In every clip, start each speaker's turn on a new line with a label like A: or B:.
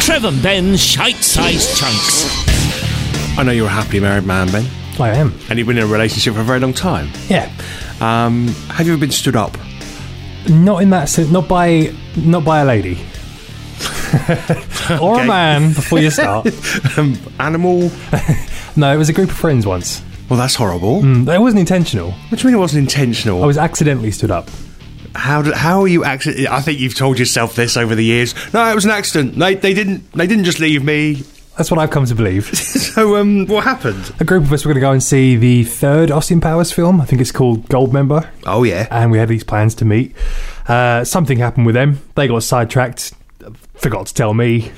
A: Trev and Ben Shite Sized Chunks.
B: I know you're a happily married man, Ben,
C: I am.
B: and you've been in a relationship for a very long time.
C: Yeah.
B: Um, have you ever been stood up?
C: Not in that sense. Not by. Not by a lady. or
B: Okay.
C: a man. Before you start.
B: Um, animal?
C: no, it was a group of friends once.
B: Well, that's horrible.
C: Mm, It wasn't intentional.
B: What do you mean it wasn't intentional?
C: I was accidentally stood up.
B: How do, how are you actually? I think you've told yourself this over the years. No, it was an accident. They, they didn't they didn't just leave me.
C: That's what I've come to believe.
B: So um, what happened?
C: A group of us were going to go and see the third Austin Powers film. I think it's called Goldmember.
B: Oh yeah,
C: and we had these plans to meet. Uh, something happened with them. They got sidetracked. Forgot to tell me.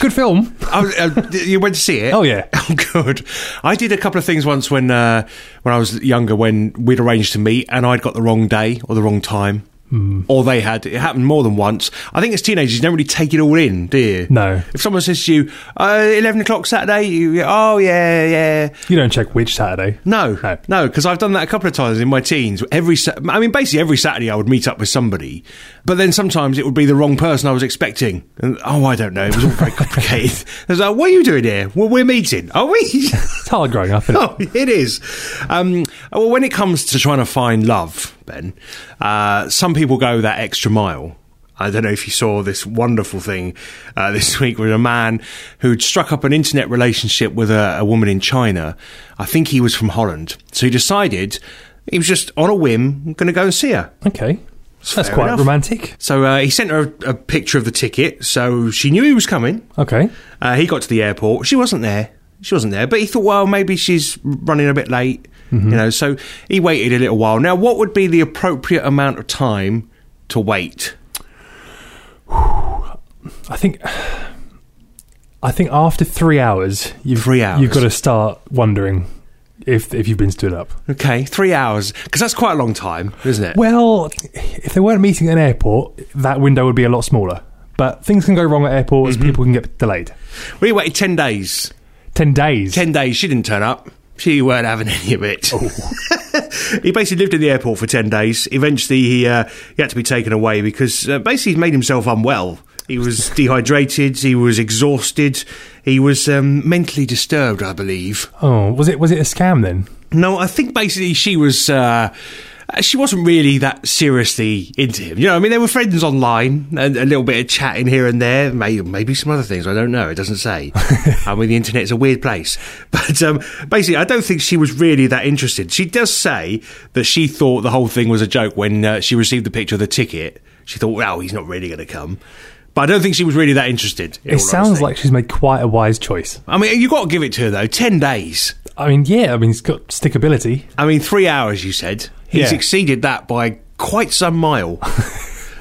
C: Good film.
B: I was- uh, you went to see it.
C: Oh, yeah.
B: Oh good. I did a couple of things once when uh, when I was younger when we'd arranged to meet and I'd got the wrong day or the wrong time.
C: Hmm.
B: Or they had. It happened more than once. I think as teenagers, you don't really take it all in, do you?
C: No.
B: If someone says to you, uh, 11 o'clock Saturday, you, oh, yeah, yeah.
C: You don't check which Saturday.
B: No,
C: No.
B: no, because I've done that a couple of times in my teens. Every, Sa- I mean, basically every Saturday I would meet up with somebody, but then sometimes it would be the wrong person I was expecting. And, oh, I don't know. It was all very complicated. I was like, "What are you doing here? Well, we're meeting, are we?"
C: It's hard growing up. Isn't it?
B: oh, it is. Um, well, when it comes to trying to find love, Ben, uh, some people go that extra mile. I don't know if you saw this wonderful thing uh, this week with a man who'd struck up an internet relationship with a, a woman in China. I think he was from Holland. So he decided he was just on a whim going to go and see her.
C: Okay. That's
B: Oh. fair
C: quite
B: enough.
C: romantic.
B: So uh, he sent her a, a picture of the ticket. So she knew he was coming.
C: Okay.
B: Uh, he got to the airport. She wasn't there. She wasn't there. But he thought, well, maybe she's running a bit late. You know, so he waited a little while. Now, what would be the appropriate amount of time to wait?
C: I think. I think after three hours, you've,
B: Three hours.
C: you've got to start wondering if if you've been stood up.
B: Okay, three hours because that's quite a long time, isn't it?
C: Well, if they weren't meeting at an airport, that window would be a lot smaller. But things can go wrong at airports.
B: Mm-hmm.
C: People can get delayed.
B: We waited ten days.
C: Ten days.
B: Ten days. She didn't turn up. She weren't having any of it. he basically lived in the airport for ten days. Eventually, he uh, he had to be taken away because uh, basically he made himself unwell. He was dehydrated. He was exhausted. He was um, mentally disturbed, I believe.
C: Oh, was it was it a scam then?
B: No, I think basically she was. Uh, she wasn't really that seriously into him. You know, I mean, they were friends online and a little bit of chatting here and there, maybe, maybe some other things. I don't know. It doesn't say. I mean, the internet's a weird place. But um, basically, I don't think she was really that interested. She does say that she thought the whole thing was a joke when uh, she received the picture of the ticket. She thought, well, he's not really going to come. But I don't think she was really that interested. in
C: It
B: all
C: sounds
B: honesty.
C: like she's made quite a wise choice.
B: I mean, you've got to give it to her, though. 10 days.
C: I mean, yeah, I mean, it's got stickability.
B: I mean, three hours, you said. He's
C: Yeah.
B: exceeded that by quite some mile.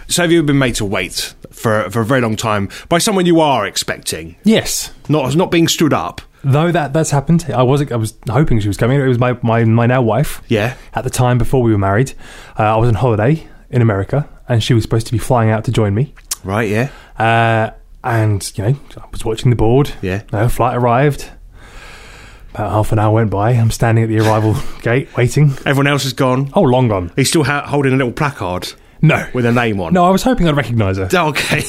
B: so have you been made to wait for, for a very long time by someone you are expecting?
C: Yes,
B: Not, not being stood up.
C: though that that's happened. I was I was hoping she was coming. It was my my, my now wife.
B: Yeah.
C: At the time before we were married, uh, I was on holiday in America, and she was supposed to be flying out to join me.
B: Right, yeah.
C: Uh, and you know, I was watching the board.
B: Yeah.
C: No flight arrived. About half an hour went by. I'm standing at the arrival gate waiting.
B: Everyone else is gone.
C: Oh, long gone.
B: He's still ha- holding a little placard
C: No.
B: with a name on.
C: No, I was hoping I'd recognise her.
B: Okay.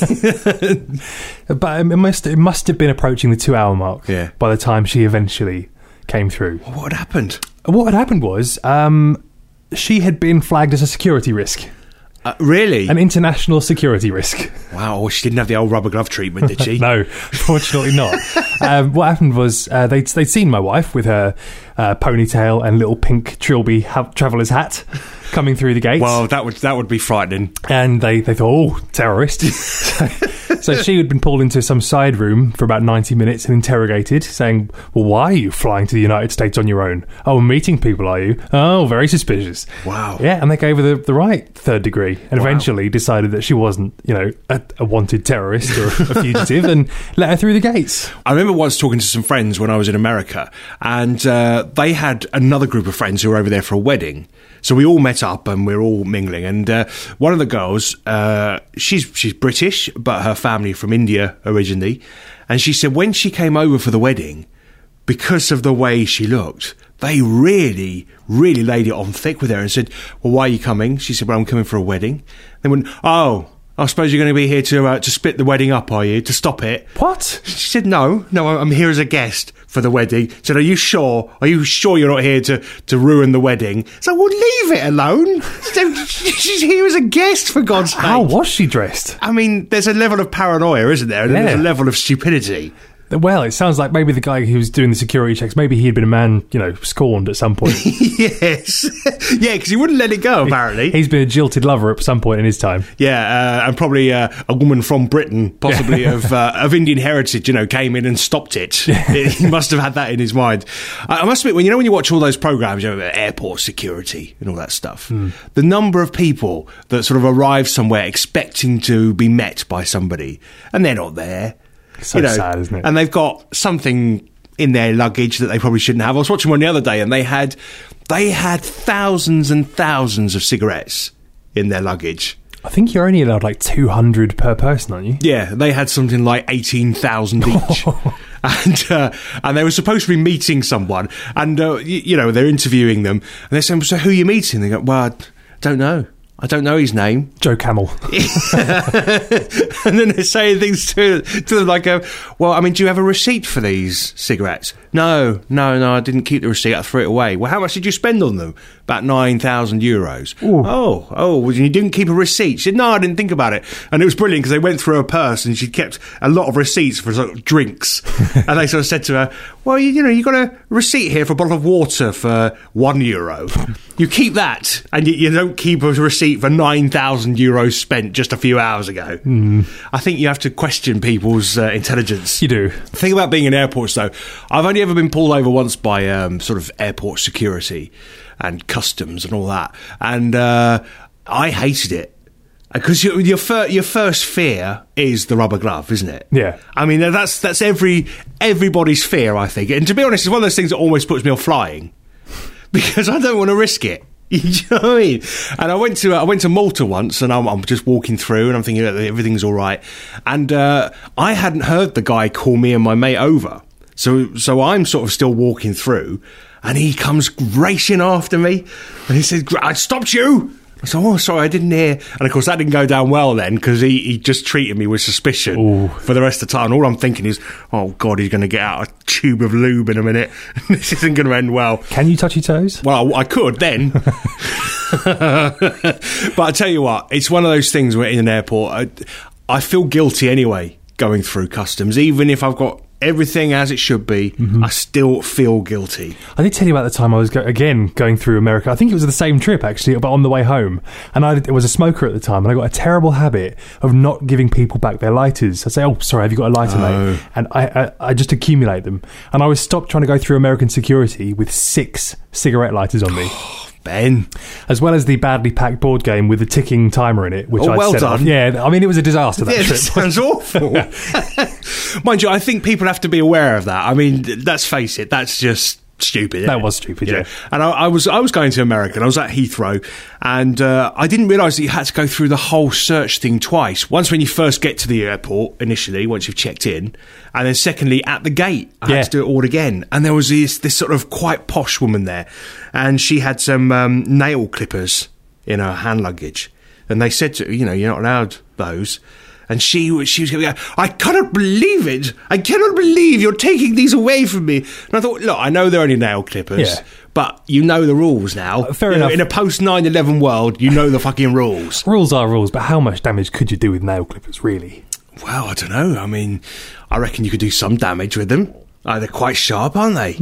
C: But um, it must it must have been approaching the two hour mark.
B: Yeah.
C: By the time she eventually came through,
B: what had happened?
C: what had happened was um, she had been flagged as a security risk,
B: Uh, really?
C: an international security risk.
B: wow, oh, she didn't have the old rubber glove treatment, did she?
C: no, fortunately not. um, what happened was uh, they'd they'd seen my wife with her uh, ponytail and little pink trilby ha- traveller's hat coming through the gates.
B: Well, that would that would be frightening.
C: and they, they thought, oh, terrorist. so, so she had been pulled into some side room for about 90 minutes and interrogated, saying, well, why are you flying to the United States on your own? Oh, meeting people, are you? Oh, very suspicious.
B: Wow.
C: Oh. Yeah, and they gave her the, the right third degree and eventually decided that she wasn't, you know, a, a wanted terrorist or a fugitive and let her through the gates.
B: I remember once talking to some friends when I was in America, and uh, they had another group of friends who were over there for a wedding. So we all met up and we are all mingling. And uh, one of the girls, uh, she's she's British, but her family from India originally, and she said when she came over for the wedding, because of the way she looked, they really, really laid it on thick with her and said, "Well, why are you coming?" She said, "Well, I'm coming for a wedding." They went, "Oh." I suppose you're going to be here to uh, to split the wedding up, are you? To stop it?
C: What?
B: She said, "No, no, I- I'm here as a guest for the wedding." She said, "Are you sure? Are you sure you're not here to, to ruin the wedding?" So well, leave it alone. She's here as a guest for God's sake.
C: How was she dressed?
B: I mean, there's a level of paranoia, isn't there? And then there's
C: Yeah.
B: a level of stupidity.
C: Well, it sounds like maybe the guy who was doing the security checks, maybe he had been a man, you know, scorned at some point.
B: yes, yeah, because he wouldn't let it go. Apparently,
C: He's been a jilted lover at some point in his time.
B: Yeah, uh, and probably uh, a woman from Britain, possibly of uh, of Indian heritage, you know, came in and stopped it. he must have had that in his mind. I I must admit, when you know when you watch all those programs, you know, about airport security and all that stuff,
C: Hmm.
B: the number of people that sort of arrive somewhere expecting to be met by somebody and they're not there.
C: So sad, isn't it?
B: And they've got something in their luggage that they probably shouldn't have. I was watching one the other day, and they had they had thousands and thousands of cigarettes in their luggage.
C: I think you're only allowed like 200 per person, aren't you?
B: Yeah, they had something like eighteen thousand each, and uh, and they were supposed to be meeting someone, and uh, y- you know they're interviewing them, and they're saying, "So who are you meeting?" They go, "Well, I d- don't know. I don't know his name."
C: Joe Camel.
B: and then they're saying things to to them like, uh, "Well, I mean, do you have a receipt for these cigarettes?" No, no, no. I didn't keep the receipt. I threw it away. Well, how much did you spend on them? About nine thousand euros. Oh, oh. Well, you didn't keep a receipt. She said, "No, I didn't think about it." And it was brilliant because they went through her purse and she kept a lot of receipts for sort of drinks. and they sort of said to her, "Well, you, you know, you got a receipt here for a bottle of water for one euro. You keep that, and you, you don't keep a receipt for nine thousand euros spent just a few hours ago." I think you have to question people's uh, intelligence.
C: You do.
B: The thing about being in airports, though, I've only ever been pulled over once by um, sort of airport security and customs and all that, and uh, I hated it because your your, fir- your first fear is the rubber glove, isn't it?
C: Yeah.
B: I mean that's that's every everybody's fear, I think. And to be honest, it's one of those things that almost puts me off flying because I don't want to risk it. You know what I mean? And I went to I went to Malta once, and I'm, I'm just walking through, and I'm thinking that everything's all right. And uh, I hadn't heard the guy call me and my mate over, so so I'm sort of still walking through, and he comes racing after me, and he says, "Gr- "I stopped you." I said, "Oh, sorry, I didn't hear." And of course, that didn't go down well then because he, he just treated me with suspicion for the rest of the time. All I'm thinking is, "Oh God, he's going to get out a tube of lube in a minute. this isn't going to end well."
C: Can you touch your toes?
B: Well, I could then. but I tell you what, it's one of those things where in an airport, I, I feel guilty anyway going through customs. Even if I've got everything as it should be,
C: Mm-hmm.
B: I still feel guilty.
C: I did tell you about the time I was go- again going through America. I think it was the same trip actually, but on the way home. And I was a smoker at the time, and I got a terrible habit of not giving people back their lighters. I say, "Oh, sorry, have you got a lighter,
B: Oh.
C: mate?" And I, I, I just accumulate them. And I was stopped trying to go through American security with six cigarette lighters on me,
B: Ben,
C: as well as the badly packed board game with the ticking timer in it, which
B: Oh,
C: I
B: well
C: set off.
B: done.
C: Yeah, I mean it was a disaster that
B: yeah,
C: trip.
B: that sounds awful. Mind you, I think people have to be aware of that. I mean, th- let's face it, that's just stupid. isn't
C: That
B: it?
C: was stupid, yeah.
B: And I, I was I was going to America. and I was at Heathrow, and uh, I didn't realise that you had to go through the whole search thing twice. Once when you first get to the airport initially, once you've checked in, and then secondly at the gate, I
C: Yeah.
B: had to do it all again. And there was this this sort of quite posh woman there, and she had some um, nail clippers in her hand luggage, and they said to her, you know you're not allowed those. And she was she was going, to go, I cannot believe it! I cannot believe you're taking these away from me. And I thought, look, I know they're only nail clippers,
C: Yeah.
B: but you know the rules now.
C: fair
B: You know,
C: enough.
B: in a post 9 11 world, you know the fucking rules.
C: Rules are rules, but how much damage could you do with nail clippers, really?
B: Well, I don't know. I mean, I reckon you could do some damage with them. Uh, they're quite sharp, aren't they?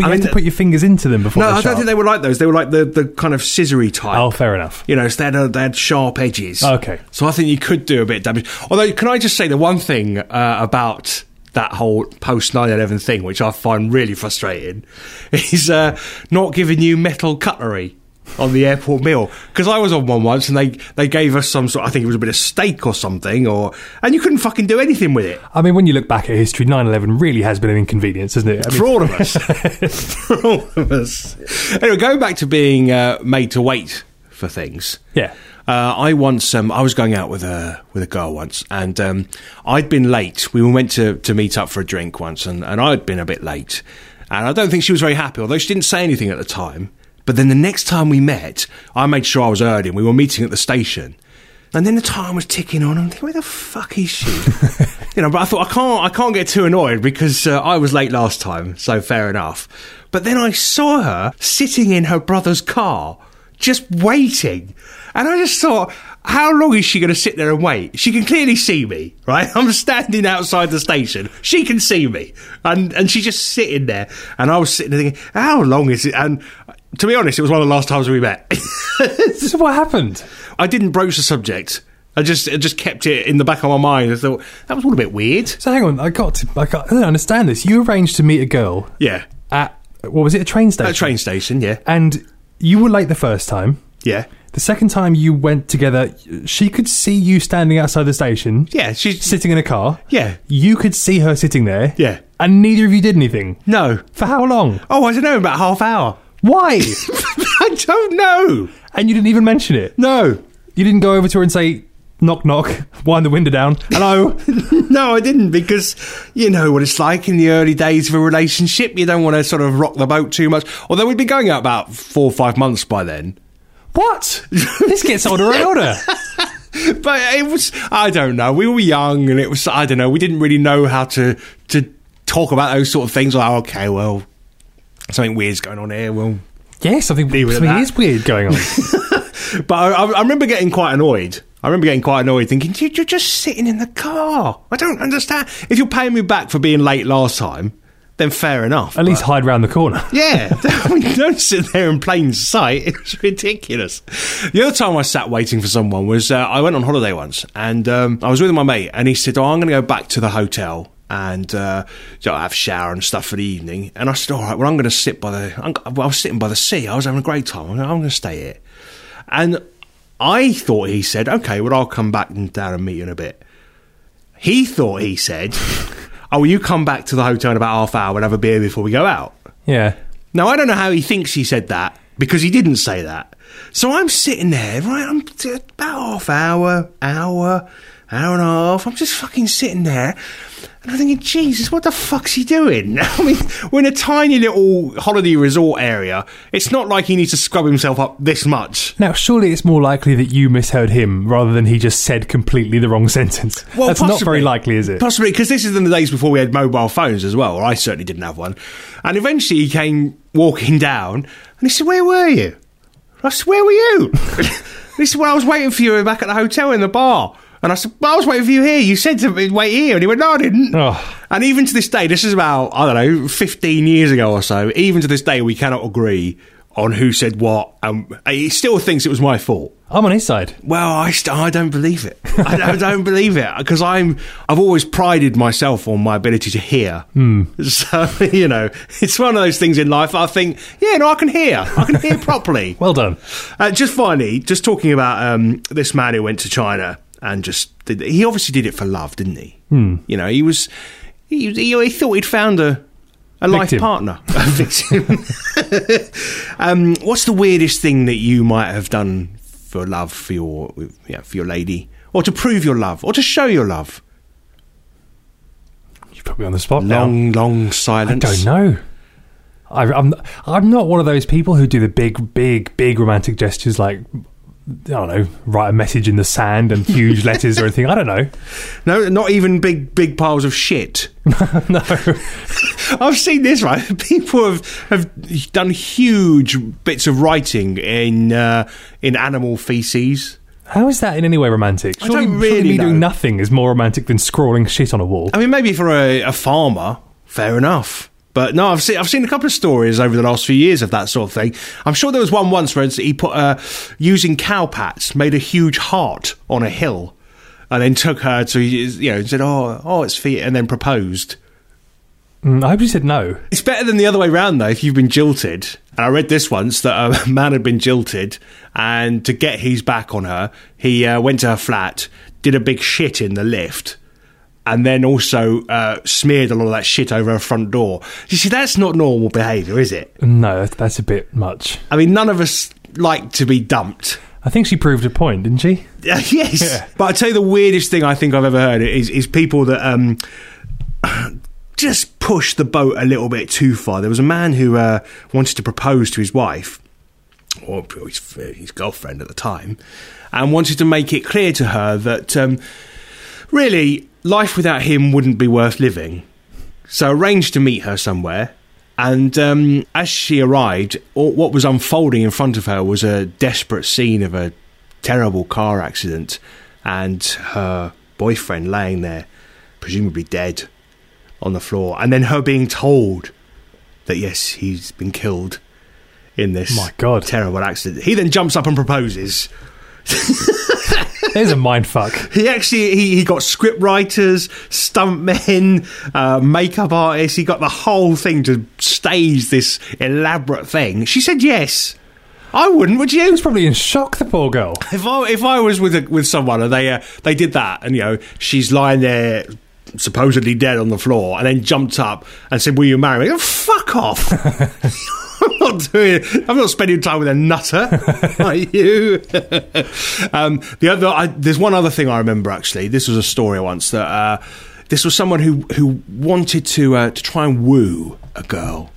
C: But you
B: I
C: have
B: mean,
C: to put your fingers into them before.
B: No, I
C: they're
B: don't
C: sharp.
B: think they were like those. They were like the, the kind of scissory type.
C: Oh, fair enough.
B: You know, so they had, uh, they had sharp edges.
C: Okay.
B: So I think you could do a bit of damage. Although, can I just say the one thing uh, about that whole post 9 11 thing, which I find really frustrating, is uh, not giving you metal cutlery. On the airport meal because I was on one once and they they gave us some sort I think it was a bit of steak or something or and you couldn't fucking do anything with it
C: I mean, when you look back at history, 9 11 really has been an inconvenience, hasn't it? I mean,
B: for all of us. for all of us. Anyway, going back to being uh, made to wait for things.
C: Yeah.
B: Uh, I once um, I was going out with a with a girl once, and um, I'd been late. We went to to meet up for a drink once, and, and I'd been a bit late, and I don't think she was very happy. Although she didn't say anything at the time, but then the next time we met, I made sure I was early, and we were meeting at the station. And then the time was ticking on, and I'm thinking, where the fuck is she? you know, but I thought I can't, I can't get too annoyed because uh, I was late last time, so fair enough. But then I saw her sitting in her brother's car, just waiting, and I just thought, how long is she going to sit there and wait? She can clearly see me, right? I'm standing outside the station. She can see me, and and she's just sitting there, and I was sitting there thinking, how long is it? And to be honest, it was one of the last times we met.
C: This is what happened.
B: I didn't broach the subject. I just I just kept it in the back of my mind. I thought that was all a bit weird.
C: So hang on, I got to, I, got, I don't understand this. You arranged to meet a girl
B: Yeah,
C: at what was it, a train station?
B: at a train station. Yeah,
C: And you were late the first time.
B: yeah,
C: The second time you went together, she could see you standing outside the station,
B: yeah. She's
C: sitting in a car.
B: yeah,
C: You could see her sitting there.
B: Yeah.
C: And neither of you did anything.
B: no.
C: For how long?
B: Oh, I don't know. About half hour.
C: Why?
B: I don't know.
C: and you didn't even mention it.
B: No,
C: You didn't go over to her and say, knock, knock, wind the window down. Hello.
B: no, I didn't because you know what it's like in the early days of a relationship. You don't want to sort of rock the boat too much. Although we'd been going out about four or five months by then.
C: what? This gets older and older.
B: but it was I don't know. We were young, and it was I don't know. We didn't really know how to to talk about those sort of things. Like okay, well, something weird's going on here. Well,
C: Yeah, something,
B: it at
C: something
B: that.
C: is weird going on.
B: but I, I I remember getting quite annoyed. I remember getting quite annoyed, thinking "You- you're just sitting in the car. I don't understand. If you're paying me back for being late last time, then fair enough.
C: At least hide round the corner.
B: Yeah, I mean, don't sit there in plain sight. It was ridiculous. The other time I sat waiting for someone was uh, I went on holiday once, and um, I was with my mate, and he said, "Oh, I'm going to go back to the hotel." And uh, so I have a shower and stuff for the evening. And I said, "All right, well, I'm going to sit by the. I'm, well, I was sitting by the sea. I was having a great time. I'm going to stay here." And I thought he said, "Okay, well, I'll come back and down and meet you in a bit." He thought he said, "Oh, well, you come back to the hotel in about half hour and have a beer before we go out."
C: Yeah.
B: Now I don't know how he thinks he said that because he didn't say that. So I'm sitting there, right? I'm t- about half hour, hour, hour and a half. I'm just fucking sitting there, and I'm thinking, Jesus, what the fuck's he doing? I mean, we're in a tiny little holiday resort area. It's not like he needs to scrub himself up this much.
C: Now, surely it's more likely that you misheard him rather than he just said completely the wrong sentence. That's not very likely, is it?
B: Possibly because this is in the days before we had mobile phones as well, or I certainly didn't have one. And eventually he came walking down, and he said, "Where were you?" I said, "Where were you?" he said, "Well, I was waiting for you back at the hotel in the bar." And I said, well, "I was waiting for you here. You said to me, wait here," and he went, "No, I didn't."
C: Oh.
B: And even to this day, this is about I don't know, fifteen years ago or so. Even to this day, we cannot agree on who said what. Um, he still thinks it was my fault.
C: I'm on his side.
B: Well, I, st- I don't believe it. I don't, I don't believe it because I'm I've always prided myself on my ability to hear. So you know, it's one of those things in life. I think, yeah, no, I can hear. I can hear properly.
C: Well done.
B: Uh, just finally, just talking about um, this man who went to China and just did, he obviously did it for love, didn't he?
C: Hmm.
B: You know, he was he, he, he thought he'd found a a life
C: Victim.
B: partner, a victim. um, what's the weirdest thing that you might have done for love for your yeah, for your lady, or to prove your love, or to show your love?
C: You put me on the spot now.
B: Long, long
C: I
B: silence.
C: don't know. I, I'm I'm not one of those people who do the big, big, big romantic gestures like I don't know, write a message in the sand and huge letters or anything. I don't know.
B: No, not even big, big piles of shit.
C: No,
B: I've seen this right. People have have done huge bits of writing in uh, in animal feces.
C: how is that in any way romantic?
B: don't really
C: surely me
B: know. Um,
C: doing nothing is more romantic than scrawling shit on a wall.
B: I mean, maybe for a, a farmer, fair enough. But no, I've seen I've seen a couple of stories over the last few years of that sort of thing. I'm sure there was one once where it's- he put uh, using cow pats made a huge heart on a hill, and then took her to you know said oh oh it's feet and then proposed.
C: Mm, I hope you said no.
B: It's better than the other way round, though, if you've been jilted. And I read this once that a man had been jilted, and to get his back on her, he uh, went to her flat, did a big shit in the lift, and then also uh, smeared a lot of that shit over her front door. You see, that's not normal behaviour, is it?
C: No, that's, that's a bit much.
B: I mean, none of us like to be dumped.
C: I think she proved a point, didn't she?
B: Uh, yes.
C: Yeah.
B: But I tell you, the weirdest thing I think I've ever heard is is people that um, just push the boat a little bit too far. There was a man who uh, wanted to propose to his wife or his, his girlfriend at the time, and wanted to make it clear to her that um, really life without him wouldn't be worth living. So arranged to meet her somewhere. And um, as she arrived, all, what was unfolding in front of her was a desperate scene of a terrible car accident and her boyfriend laying there, presumably dead, on the floor. And then her being told that, yes, he's been killed in this
C: My God.
B: terrible accident. He then jumps up and proposes.
C: There's a mind fuck.
B: He actually he, he got script writers, stuntmen, uh, makeup artists. He got the whole thing to stage this elaborate thing. She said yes. I wouldn't, would you?
C: She's probably in shock, the poor girl.
B: If I if I was with a, with someone and they uh, they did that and you know she's lying there supposedly dead on the floor and then jumped up and said, "Will you marry me?" Oh, fuck off. I'm not doing. I'm not spending time with a nutter. Are you? um, the other. I, there's one other thing I remember actually. This was a story once that uh, this was someone who who wanted to uh, to try and woo a girl.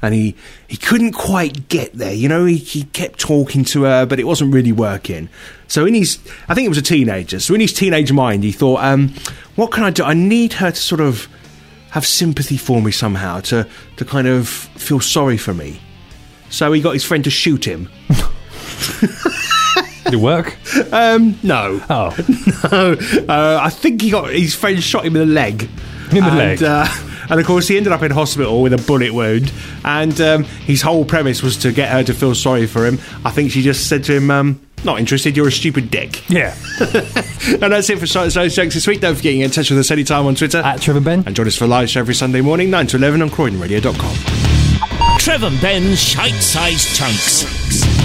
B: And he, he couldn't quite get there, you know. He, he kept talking to her, but it wasn't really working. So in his, I think it was a teenager. So in his teenage mind, he thought, um, "What can I do? I need her to sort of have sympathy for me somehow, to to kind of feel sorry for me." So he got his friend to shoot him.
C: Did it work?
B: Um, no,
C: Oh,
B: no. Uh, I think he got his friend shot him in the leg.
C: In the
B: and,
C: leg.
B: Uh, and of course, he ended up in hospital with a bullet wound. And um, his whole premise was to get her to feel sorry for him. I think she just said to him, um, "Not interested. You're a stupid dick."
C: yeah.
B: and that's it for Science Science Jokes this week. Don't forget you can get in touch with us anytime on Twitter.
C: At Trevor Ben.
B: and join us for a live show every Sunday morning, 9 to 11 on CroydonRadio.com.
A: Trevor and Ben Shite Size Chunks.